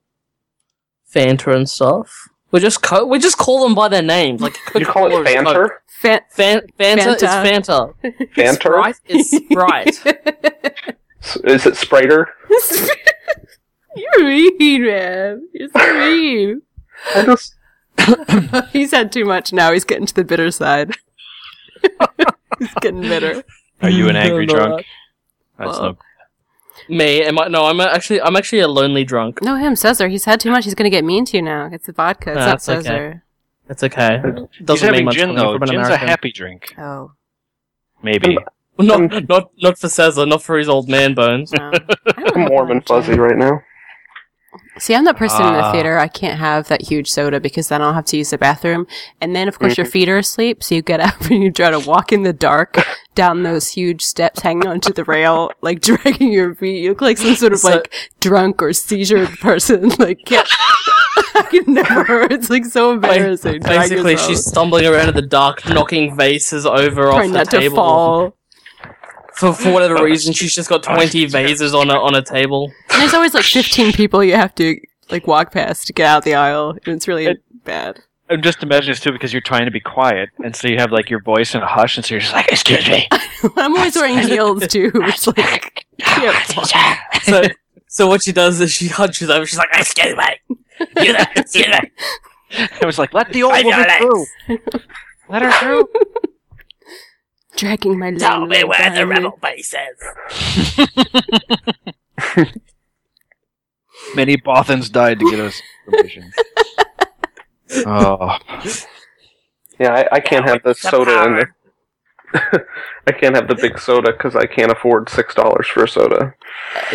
[SPEAKER 6] Fanta and stuff. We just co- we just call them by their names like
[SPEAKER 4] You call it
[SPEAKER 6] Coca-Cola is
[SPEAKER 4] banter?
[SPEAKER 6] Coke.
[SPEAKER 3] Fan-
[SPEAKER 6] Fan- Fanta,
[SPEAKER 3] Fanta.
[SPEAKER 6] is Fanta.
[SPEAKER 4] Banter?
[SPEAKER 6] Sprite is Sprite.
[SPEAKER 4] S- Is it Spriter?
[SPEAKER 3] You're mean, man. You're so mean.
[SPEAKER 4] I just-
[SPEAKER 3] He's had too much now. He's getting to the bitter side. He's getting bitter.
[SPEAKER 5] Are you an angry
[SPEAKER 6] No, no,
[SPEAKER 5] drunk? That's no.
[SPEAKER 6] Me? Am I? No, I'm a- actually I'm actually a lonely drunk.
[SPEAKER 3] No, him, Cesar. He's had too much. He's going to get mean to you now. It's the vodka.
[SPEAKER 4] Ah,
[SPEAKER 3] It's
[SPEAKER 6] No,
[SPEAKER 3] not
[SPEAKER 6] it's okay.
[SPEAKER 3] Cesar.
[SPEAKER 6] It's okay.
[SPEAKER 5] He's
[SPEAKER 6] Doesn't mean
[SPEAKER 5] having
[SPEAKER 6] much
[SPEAKER 5] gin
[SPEAKER 6] coming
[SPEAKER 5] though.
[SPEAKER 6] from an
[SPEAKER 5] Gin's a
[SPEAKER 6] American.
[SPEAKER 5] happy drink,
[SPEAKER 3] Oh.
[SPEAKER 5] maybe. Um,
[SPEAKER 6] Not not not for Cesar, not for his old man bones.
[SPEAKER 3] No. I don't
[SPEAKER 4] I'm
[SPEAKER 3] have
[SPEAKER 4] warm and
[SPEAKER 3] that, Jen.
[SPEAKER 4] fuzzy right now.
[SPEAKER 3] See, I'm that person in the
[SPEAKER 5] Ah.
[SPEAKER 3] theater. I can't have that huge soda because then I'll have to use the bathroom. And then, of course,
[SPEAKER 6] Mm-hmm.
[SPEAKER 3] your feet are asleep. So you get up and you try to walk in the dark down those huge steps, hanging onto the rail, like dragging your feet. You look like some sort of
[SPEAKER 6] So-
[SPEAKER 3] like drunk or seizure person. Like, can't, I can never. It's like so embarrassing. Drag
[SPEAKER 6] Basically,
[SPEAKER 3] yourself.
[SPEAKER 6] she's stumbling around in the dark, knocking vases over off
[SPEAKER 3] trying
[SPEAKER 6] the
[SPEAKER 3] not
[SPEAKER 6] table.
[SPEAKER 3] to fall.
[SPEAKER 6] for for whatever reason, she's just got twenty vases on a on a table.
[SPEAKER 3] And there's always like 15 people you have to like walk past to get out the aisle, and it's really bad.
[SPEAKER 5] I'm just imagining this too because you're trying to be quiet, and so you have like your voice in a hush, and so you're just like, "Excuse me."
[SPEAKER 3] I'm always wearing heels too. It's like yeah,
[SPEAKER 6] So so what she does is she hunches over. She's like, "Excuse me, you know, excuse me."
[SPEAKER 5] I was like, "Let the old
[SPEAKER 6] Five
[SPEAKER 5] woman
[SPEAKER 6] dollars.
[SPEAKER 2] Oh.
[SPEAKER 5] through. Let her through."
[SPEAKER 3] dragging my leg.
[SPEAKER 6] Tell me where the rebel base is.
[SPEAKER 5] Many Bothans died to get us permission. oh,
[SPEAKER 4] Yeah, I, I can't have the soda in the. I can't have the big soda because I can't afford six dollars for a soda.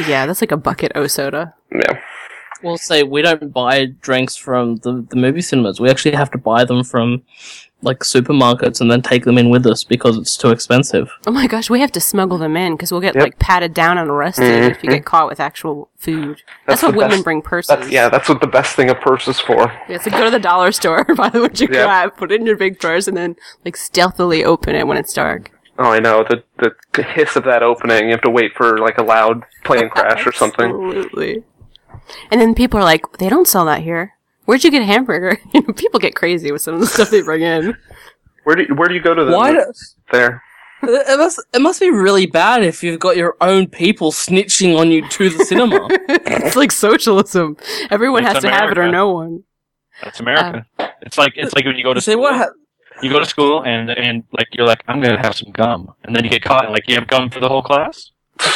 [SPEAKER 3] Yeah, that's like a bucket o soda.
[SPEAKER 4] Yeah,
[SPEAKER 6] Well, say we don't buy drinks from the the movie cinemas. We actually have to buy them from like supermarkets and then take them in with us because it's too expensive.
[SPEAKER 3] Oh my gosh, we have to smuggle them in because we'll get
[SPEAKER 4] Yep. Mm-hmm.
[SPEAKER 3] like patted down and arrested if you get caught with actual food. That's,
[SPEAKER 4] That's
[SPEAKER 3] what
[SPEAKER 4] the
[SPEAKER 3] women
[SPEAKER 4] best-
[SPEAKER 3] bring purses.
[SPEAKER 4] that's yeah. That's what the best thing a purse is for.
[SPEAKER 3] Yeah, so go to the dollar store, buy what you
[SPEAKER 4] Yeah.
[SPEAKER 3] grab, put it in your big purse, and then like stealthily open it when it's dark.
[SPEAKER 4] Oh, I know the the hiss of that opening. You have to wait for like a loud plane crash or something.
[SPEAKER 3] Absolutely. And then people are like, they don't sell that here. Where'd you get a hamburger? You know, people get crazy with some of the stuff they bring in.
[SPEAKER 4] Where do you, where do you go to them?
[SPEAKER 6] Why? Do,
[SPEAKER 4] there?
[SPEAKER 6] it must it must be really bad if you've got your own people snitching on you to the cinema.
[SPEAKER 3] it's like socialism. Everyone
[SPEAKER 5] It's
[SPEAKER 3] has to have it or
[SPEAKER 5] America.
[SPEAKER 3] no one.
[SPEAKER 5] that's America. it's like it's like when you go to
[SPEAKER 6] You Um, say what?
[SPEAKER 5] school-
[SPEAKER 6] Ha-
[SPEAKER 5] you go to school and and like you're like I'm gonna have some gum, and then you get caught and like you have gum for the whole class.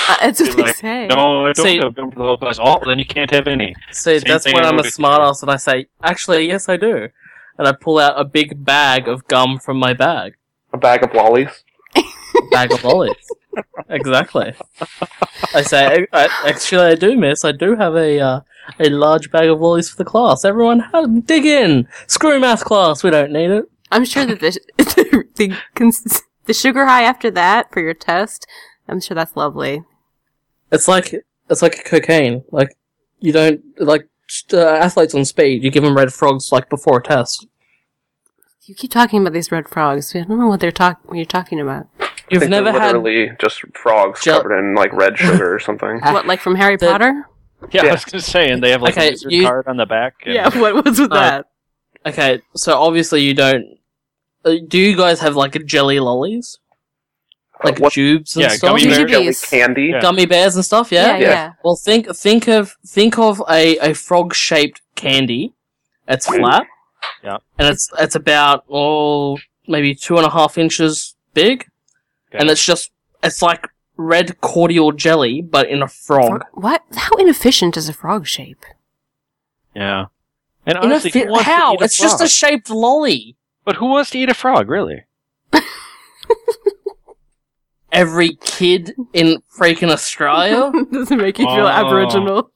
[SPEAKER 3] Uh, that's what they
[SPEAKER 5] Like,
[SPEAKER 3] say.
[SPEAKER 5] No, I don't
[SPEAKER 6] See-
[SPEAKER 5] have gum for the whole class. Oh, then you can't have any.
[SPEAKER 6] See,
[SPEAKER 5] Same
[SPEAKER 6] that's
[SPEAKER 5] thing
[SPEAKER 6] when
[SPEAKER 5] I
[SPEAKER 6] I'm a
[SPEAKER 5] would do.
[SPEAKER 6] smartass and I say, actually, yes, I do. and I pull out a big bag of gum from my bag.
[SPEAKER 4] A bag of lollies.
[SPEAKER 6] A bag of lollies. exactly. I say, I, I, actually, I do, miss. I do have a uh, a large bag of lollies for the class. Everyone, ha- dig in. Screw math class. We don't need it.
[SPEAKER 3] I'm sure that the the, the, cons- the sugar high after that for your test. I'm sure that's lovely.
[SPEAKER 6] It's like it's like cocaine. Like you don't like uh, athletes on speed. You give them red frogs like before a test.
[SPEAKER 3] You keep talking about these red frogs. I don't know what they're talk what you're talking about.
[SPEAKER 4] I
[SPEAKER 6] You've
[SPEAKER 4] think they're
[SPEAKER 6] never had
[SPEAKER 4] literally just frogs
[SPEAKER 6] Gel-
[SPEAKER 4] covered in like red sugar or something.
[SPEAKER 3] What, like from Harry
[SPEAKER 6] Ah. The-
[SPEAKER 3] Potter?
[SPEAKER 5] Yeah,
[SPEAKER 4] Yeah.
[SPEAKER 5] I was gonna say, and they have like
[SPEAKER 6] Okay,
[SPEAKER 5] a wizard
[SPEAKER 6] you-
[SPEAKER 5] card on the back. and-
[SPEAKER 3] Yeah, what was with
[SPEAKER 6] Uh,
[SPEAKER 3] that?
[SPEAKER 6] Okay, so obviously you don't. Uh, do you guys have like jelly lollies, like
[SPEAKER 4] what
[SPEAKER 6] tubes and
[SPEAKER 5] Yeah,
[SPEAKER 6] stuff?
[SPEAKER 5] gummy bears.
[SPEAKER 3] Usually
[SPEAKER 4] jelly
[SPEAKER 3] bees.
[SPEAKER 4] candy?
[SPEAKER 5] Yeah.
[SPEAKER 6] Gummy bears and stuff. Yeah.
[SPEAKER 3] yeah, yeah.
[SPEAKER 6] Well, think think of think of a, a frog shaped candy. It's flat.
[SPEAKER 5] Yeah.
[SPEAKER 6] And it's it's about oh maybe two and a half inches big,
[SPEAKER 5] Okay.
[SPEAKER 6] and it's just it's like red cordial jelly, but in a frog.
[SPEAKER 3] Frog- What? How inefficient is a frog shape?
[SPEAKER 5] yeah. And
[SPEAKER 6] In a
[SPEAKER 5] honestly,
[SPEAKER 6] fi-
[SPEAKER 5] who wants to
[SPEAKER 6] how?
[SPEAKER 5] eat a
[SPEAKER 6] It's just a
[SPEAKER 5] frog?
[SPEAKER 6] shaped lolly.
[SPEAKER 5] but who wants to eat a frog, really?
[SPEAKER 6] Every kid in freaking Australia.
[SPEAKER 3] Doesn't make you feel
[SPEAKER 5] Oh.
[SPEAKER 3] Aboriginal.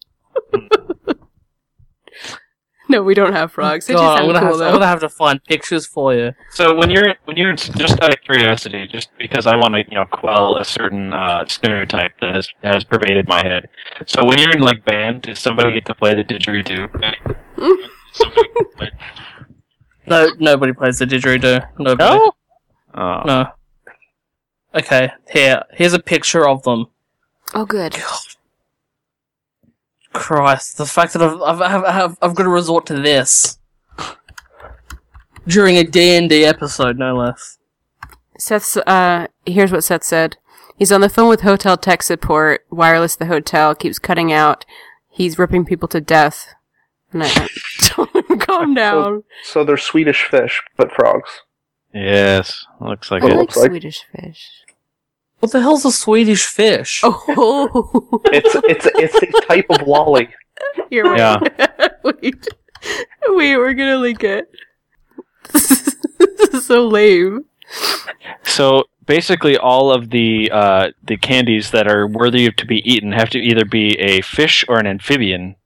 [SPEAKER 3] no, we don't have frogs. They do
[SPEAKER 6] God, Oh, I'm
[SPEAKER 3] sound
[SPEAKER 6] gonna,
[SPEAKER 3] cool
[SPEAKER 6] have to, I'm
[SPEAKER 3] though.
[SPEAKER 6] gonna have to find pictures for you.
[SPEAKER 5] So when you're when you're just out of curiosity, just because I want to you know quell a certain uh, stereotype that has has pervaded my head. So when you're in like band, does somebody get to play the didgeridoo? Somebody get to play-
[SPEAKER 6] No, nobody plays the didgeridoo. Nobody.
[SPEAKER 5] no. Oh.
[SPEAKER 6] No. Okay, here. Here's a picture of them.
[SPEAKER 3] oh, good.
[SPEAKER 6] Christ, the fact that I've, I've, I've, I've, I've got to resort to this. During a D&D episode, no less.
[SPEAKER 3] Seth's, uh, here's what Seth said. He's on the phone with hotel tech support. Wireless at the hotel keeps cutting out. He's ripping people to death. And I, I told him, calm down.
[SPEAKER 4] So they're Swedish fish, but frogs.
[SPEAKER 5] Yes, looks like
[SPEAKER 3] I
[SPEAKER 4] it
[SPEAKER 5] it.
[SPEAKER 3] like
[SPEAKER 4] looks like-
[SPEAKER 3] Swedish fish.
[SPEAKER 6] What the hell's a Swedish fish?
[SPEAKER 3] Oh,
[SPEAKER 4] It's it's it's a type of lolly.
[SPEAKER 3] you're right. Wait. Wait, we're gonna link it. this is so lame.
[SPEAKER 5] So basically, all of the uh, the candies that are worthy of to be eaten have to either be a fish or an amphibian.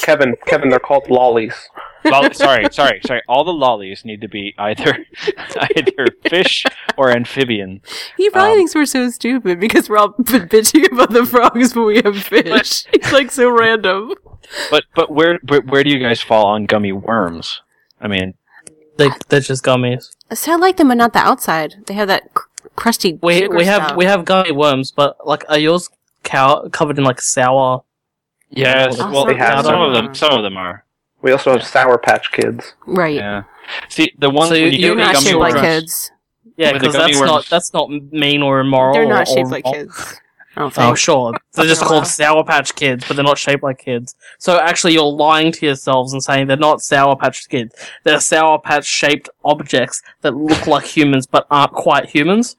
[SPEAKER 4] Kevin, Kevin, they're called lollies.
[SPEAKER 5] Lolli- sorry, sorry, sorry. All the lollies need to be either either fish or amphibian.
[SPEAKER 3] He probably
[SPEAKER 5] Um,
[SPEAKER 3] thinks we're so stupid because we're all b- bitching about the frogs when we have fish. it's like so random.
[SPEAKER 5] But but where where, where do you guys fall on gummy worms? I mean,
[SPEAKER 6] They, they're just gummies.
[SPEAKER 3] So I like them, but not the outside. They have that cr- crusty.
[SPEAKER 6] We,
[SPEAKER 3] sugar
[SPEAKER 6] we have
[SPEAKER 3] stuff.
[SPEAKER 6] we have gummy worms, but like, are yours cow- covered in like sour?
[SPEAKER 5] yes,
[SPEAKER 3] Oh,
[SPEAKER 5] well,
[SPEAKER 3] some
[SPEAKER 5] yeah,
[SPEAKER 6] of them
[SPEAKER 5] some of
[SPEAKER 3] are.
[SPEAKER 5] them, some of them are.
[SPEAKER 4] We also have Sour Patch Kids.
[SPEAKER 3] right.
[SPEAKER 5] Yeah. See, the ones
[SPEAKER 6] So
[SPEAKER 5] when
[SPEAKER 6] you-
[SPEAKER 5] you
[SPEAKER 6] you're
[SPEAKER 3] They're not
[SPEAKER 5] get the
[SPEAKER 6] Yeah,
[SPEAKER 5] gummy
[SPEAKER 3] shaped
[SPEAKER 5] worms.
[SPEAKER 3] like kids.
[SPEAKER 6] Yeah,
[SPEAKER 5] With the
[SPEAKER 6] because
[SPEAKER 5] gummy
[SPEAKER 6] that's not
[SPEAKER 5] worms.
[SPEAKER 6] that's not mean or immoral.
[SPEAKER 3] They're
[SPEAKER 6] or-
[SPEAKER 5] Oh,
[SPEAKER 3] not shaped
[SPEAKER 6] or
[SPEAKER 3] like
[SPEAKER 6] wrong.
[SPEAKER 3] kids. I don't
[SPEAKER 6] Oh
[SPEAKER 3] think.
[SPEAKER 6] sure, they're just
[SPEAKER 3] Don't know.
[SPEAKER 6] called Sour Patch Kids, but they're not shaped like kids. So actually, you're lying to yourselves and saying they're not Sour Patch Kids. They're Sour Patch shaped objects that look like humans but aren't quite humans.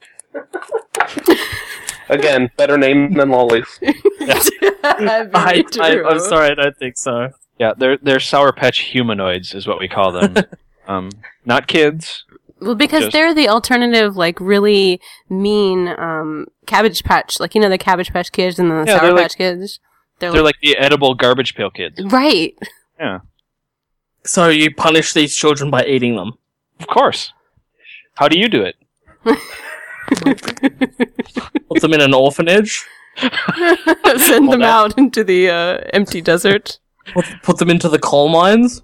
[SPEAKER 4] Again, better name than lollies.
[SPEAKER 3] Very
[SPEAKER 6] I, I,
[SPEAKER 3] true.
[SPEAKER 6] I'm sorry, I don't think so.
[SPEAKER 5] Yeah, they're they're sour patch humanoids is what we call them. um, not kids.
[SPEAKER 3] Well, because
[SPEAKER 5] Just-
[SPEAKER 3] they're the alternative, like really mean um, Cabbage Patch, like you know the Cabbage Patch Kids and the
[SPEAKER 5] Yeah,
[SPEAKER 3] Sour
[SPEAKER 5] they're like-
[SPEAKER 3] Patch Kids. They're,
[SPEAKER 5] They're
[SPEAKER 3] like,
[SPEAKER 5] like the edible garbage pail kids.
[SPEAKER 3] right.
[SPEAKER 6] So you punish these children by eating them.
[SPEAKER 5] Of course. How do you do it?
[SPEAKER 6] Put them in an orphanage.
[SPEAKER 3] Send
[SPEAKER 5] Well,
[SPEAKER 3] them
[SPEAKER 5] that-
[SPEAKER 3] out into the uh, empty desert.
[SPEAKER 6] Put, put them into the coal mines.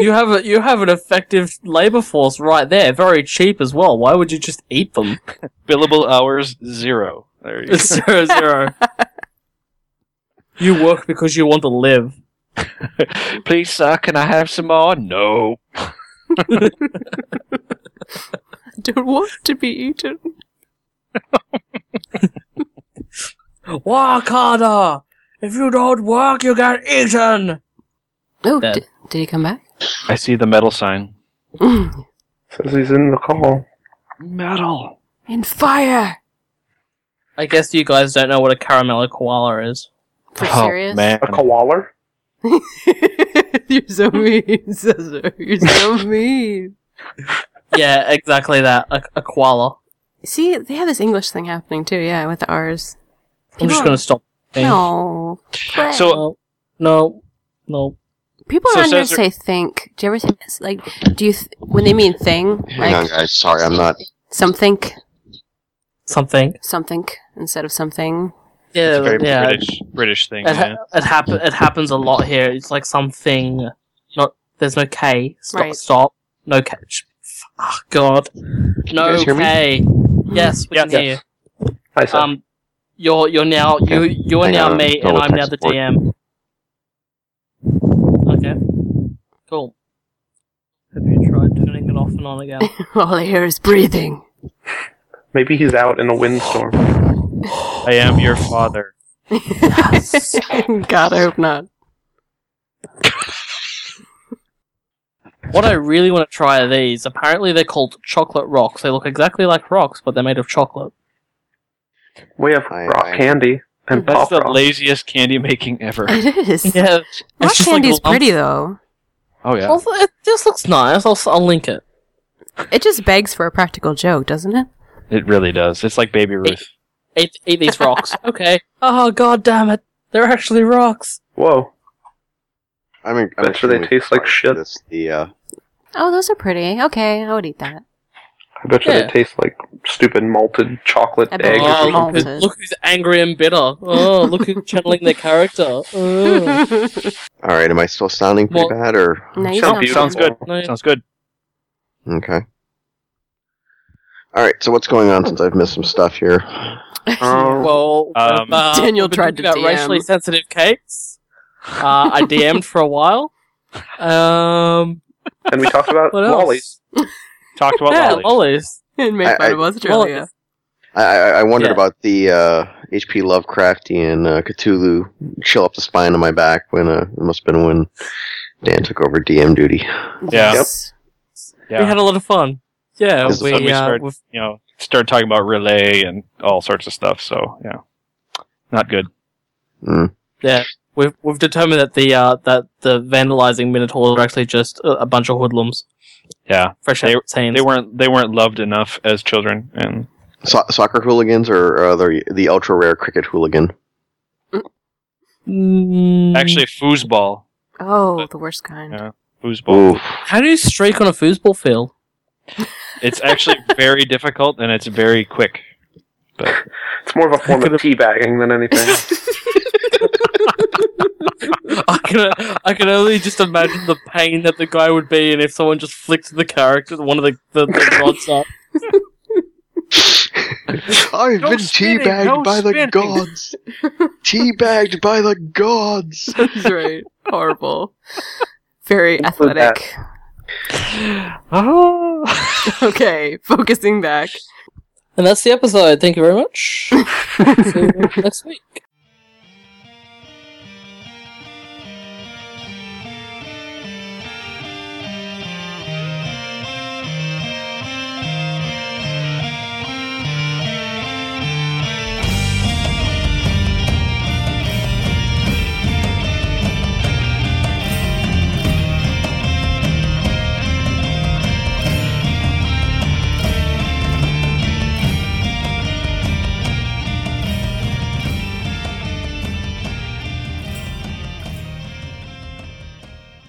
[SPEAKER 6] you have a you have an effective labor force right there, very cheap as well. Why would you just eat them?
[SPEAKER 5] Billable hours zero. There you go.
[SPEAKER 6] It's zero zero. you work because you want to live.
[SPEAKER 5] Please, sir, can I have some more? No.
[SPEAKER 3] Don't want to be eaten.
[SPEAKER 6] Work harder. If you don't work, you get eaten.
[SPEAKER 3] Oh,
[SPEAKER 6] Dead.
[SPEAKER 3] d- did he come back?
[SPEAKER 5] I see the metal sign.
[SPEAKER 3] Mm.
[SPEAKER 4] Says he's in the call.
[SPEAKER 5] Metal.
[SPEAKER 3] and fire.
[SPEAKER 6] I guess you guys don't know what a caramello koala is.
[SPEAKER 3] For
[SPEAKER 5] oh,
[SPEAKER 3] serious?
[SPEAKER 5] man.
[SPEAKER 4] A koala?
[SPEAKER 3] You're so
[SPEAKER 5] Hmm.
[SPEAKER 3] mean, Cesar. You're so mean.
[SPEAKER 6] yeah, exactly that. A, a koala.
[SPEAKER 3] See, they have this English thing happening too, yeah, with the R's. Oh,
[SPEAKER 6] I'm just
[SPEAKER 3] People-
[SPEAKER 6] gonna stop. Think.
[SPEAKER 3] No. play.
[SPEAKER 5] So-
[SPEAKER 6] no, no, no.
[SPEAKER 3] People
[SPEAKER 5] So
[SPEAKER 3] around here
[SPEAKER 5] Cesar-
[SPEAKER 3] say think. Do you ever say like do you th- when they mean thing
[SPEAKER 2] Hang on,
[SPEAKER 3] like
[SPEAKER 2] guys. Sorry, I'm not.
[SPEAKER 3] something
[SPEAKER 6] something.
[SPEAKER 3] something instead of something?
[SPEAKER 6] Yeah,
[SPEAKER 5] It's a very
[SPEAKER 6] yeah.
[SPEAKER 5] British Uh-huh. British thing.
[SPEAKER 6] It,
[SPEAKER 5] yeah.
[SPEAKER 6] ha- it, happen- it happens a lot here. It's like something. Not there's no K. Stop.
[SPEAKER 3] Right.
[SPEAKER 6] Stop. No K. sh- Oh God. No
[SPEAKER 2] guys hear me?
[SPEAKER 6] K. Yes, we
[SPEAKER 5] Yeah.
[SPEAKER 6] can hear
[SPEAKER 4] Hi,
[SPEAKER 6] you.
[SPEAKER 4] Seth.
[SPEAKER 6] Um, you're you're now you
[SPEAKER 2] Okay.
[SPEAKER 6] you're
[SPEAKER 2] Hang
[SPEAKER 6] now
[SPEAKER 2] on,
[SPEAKER 6] me
[SPEAKER 2] go
[SPEAKER 6] and
[SPEAKER 2] with
[SPEAKER 6] I'm
[SPEAKER 2] tech
[SPEAKER 6] now the
[SPEAKER 2] support.
[SPEAKER 6] DM. Okay. Cool. Have you tried turning it off and on again?
[SPEAKER 3] All I hear is breathing.
[SPEAKER 4] Maybe he's out in a windstorm.
[SPEAKER 5] I am your father.
[SPEAKER 3] God, I hope not.
[SPEAKER 6] What I really want to try are these. Apparently, they're called chocolate rocks. They look exactly like rocks, but they're made of chocolate.
[SPEAKER 4] We have
[SPEAKER 2] I-
[SPEAKER 4] rock
[SPEAKER 2] I-
[SPEAKER 4] candy and
[SPEAKER 5] That's
[SPEAKER 4] pop
[SPEAKER 5] the
[SPEAKER 4] rock.
[SPEAKER 5] laziest candy making ever.
[SPEAKER 3] It is.
[SPEAKER 6] Yeah,
[SPEAKER 3] Rock
[SPEAKER 6] just like
[SPEAKER 3] candy's
[SPEAKER 6] lumps.
[SPEAKER 3] pretty though.
[SPEAKER 5] Oh yeah.
[SPEAKER 6] Well, it just looks nice. I'll, I'll link it.
[SPEAKER 3] It just begs for a practical joke, doesn't it?
[SPEAKER 5] It really does. It's like Baby Ruth.
[SPEAKER 6] Eat, eat these rocks. okay. Oh god damn it! They're actually rocks.
[SPEAKER 4] Whoa.
[SPEAKER 2] I'm. I'm
[SPEAKER 4] That's where they
[SPEAKER 2] extremely
[SPEAKER 4] taste like
[SPEAKER 2] sorry for
[SPEAKER 4] shit.
[SPEAKER 2] This, the uh,
[SPEAKER 3] Oh, those are pretty. Okay, I would eat that.
[SPEAKER 4] I bet you
[SPEAKER 6] Yeah.
[SPEAKER 4] they taste like stupid malted chocolate
[SPEAKER 3] I bet
[SPEAKER 4] egg.
[SPEAKER 3] they
[SPEAKER 4] or
[SPEAKER 3] are
[SPEAKER 6] Oh,
[SPEAKER 4] something.
[SPEAKER 6] look, who-
[SPEAKER 3] malted.
[SPEAKER 6] look who's angry and bitter. Oh, look who's channeling their character. Oh.
[SPEAKER 2] all right. Am I still sounding pretty
[SPEAKER 6] Well-
[SPEAKER 2] bad or?
[SPEAKER 3] No, you
[SPEAKER 4] Sounds
[SPEAKER 3] sound
[SPEAKER 4] beautiful.
[SPEAKER 5] Sounds good.
[SPEAKER 6] No,
[SPEAKER 5] Sounds good.
[SPEAKER 2] Okay. All right. So what's going on since I've missed some stuff here?
[SPEAKER 4] Oh,
[SPEAKER 6] well,
[SPEAKER 5] Um,
[SPEAKER 6] uh,
[SPEAKER 3] Daniel
[SPEAKER 6] we've been
[SPEAKER 3] tried to
[SPEAKER 6] talking about
[SPEAKER 3] DM.
[SPEAKER 6] racially sensitive cakes. Uh, I DM'd for a while. Um,
[SPEAKER 4] and we talked about
[SPEAKER 6] what else?
[SPEAKER 4] lollies.
[SPEAKER 5] Talked about
[SPEAKER 6] yeah,
[SPEAKER 5] lollies.
[SPEAKER 6] lollies.
[SPEAKER 3] and make
[SPEAKER 2] I-
[SPEAKER 3] fun
[SPEAKER 2] I-
[SPEAKER 3] of us,
[SPEAKER 6] Well,
[SPEAKER 3] Australia.
[SPEAKER 2] I I, I wondered
[SPEAKER 6] Yeah.
[SPEAKER 2] about the uh, H.P. Lovecraftian uh, Cthulhu chill up the spine on my back when uh, it must have been when Dan took over DM duty.
[SPEAKER 5] Yeah.
[SPEAKER 6] We
[SPEAKER 5] Yeah.
[SPEAKER 6] had a lot of fun. Yeah,
[SPEAKER 2] This is
[SPEAKER 6] we,
[SPEAKER 5] when we
[SPEAKER 6] uh,
[SPEAKER 5] started-
[SPEAKER 6] we've-
[SPEAKER 5] you know, started talking about relay and all sorts of stuff. So yeah, not good.
[SPEAKER 6] we've we've determined that the uh, that the vandalizing minotaurs are actually just a, a bunch of hoodlums,
[SPEAKER 5] Yeah,
[SPEAKER 6] fresh out of teens.
[SPEAKER 5] they weren't they weren't loved enough as children, and
[SPEAKER 2] So- soccer hooligans or uh, the the ultra rare cricket hooligan?
[SPEAKER 6] Mm,
[SPEAKER 5] actually foosball,
[SPEAKER 3] Oh, the worst kind.
[SPEAKER 5] Yeah. foosball.
[SPEAKER 2] Oof.
[SPEAKER 6] how do you streak on a foosball field?
[SPEAKER 5] It's actually very difficult and it's very quick. But
[SPEAKER 4] It's more of a form of teabagging than anything.
[SPEAKER 6] I can I can only just imagine the pain that the guy would be in if someone just flicked the character one of the the, the rods up.
[SPEAKER 2] I've
[SPEAKER 5] No
[SPEAKER 2] been
[SPEAKER 5] spinning,
[SPEAKER 2] teabagged
[SPEAKER 5] no
[SPEAKER 2] by the
[SPEAKER 5] spinning.
[SPEAKER 2] gods. teabagged by the gods.
[SPEAKER 3] That's right. Horrible. Very
[SPEAKER 4] Include that.
[SPEAKER 3] athletic. Okay, focusing back.
[SPEAKER 6] And that's the episode. Thank you very much. See you next week.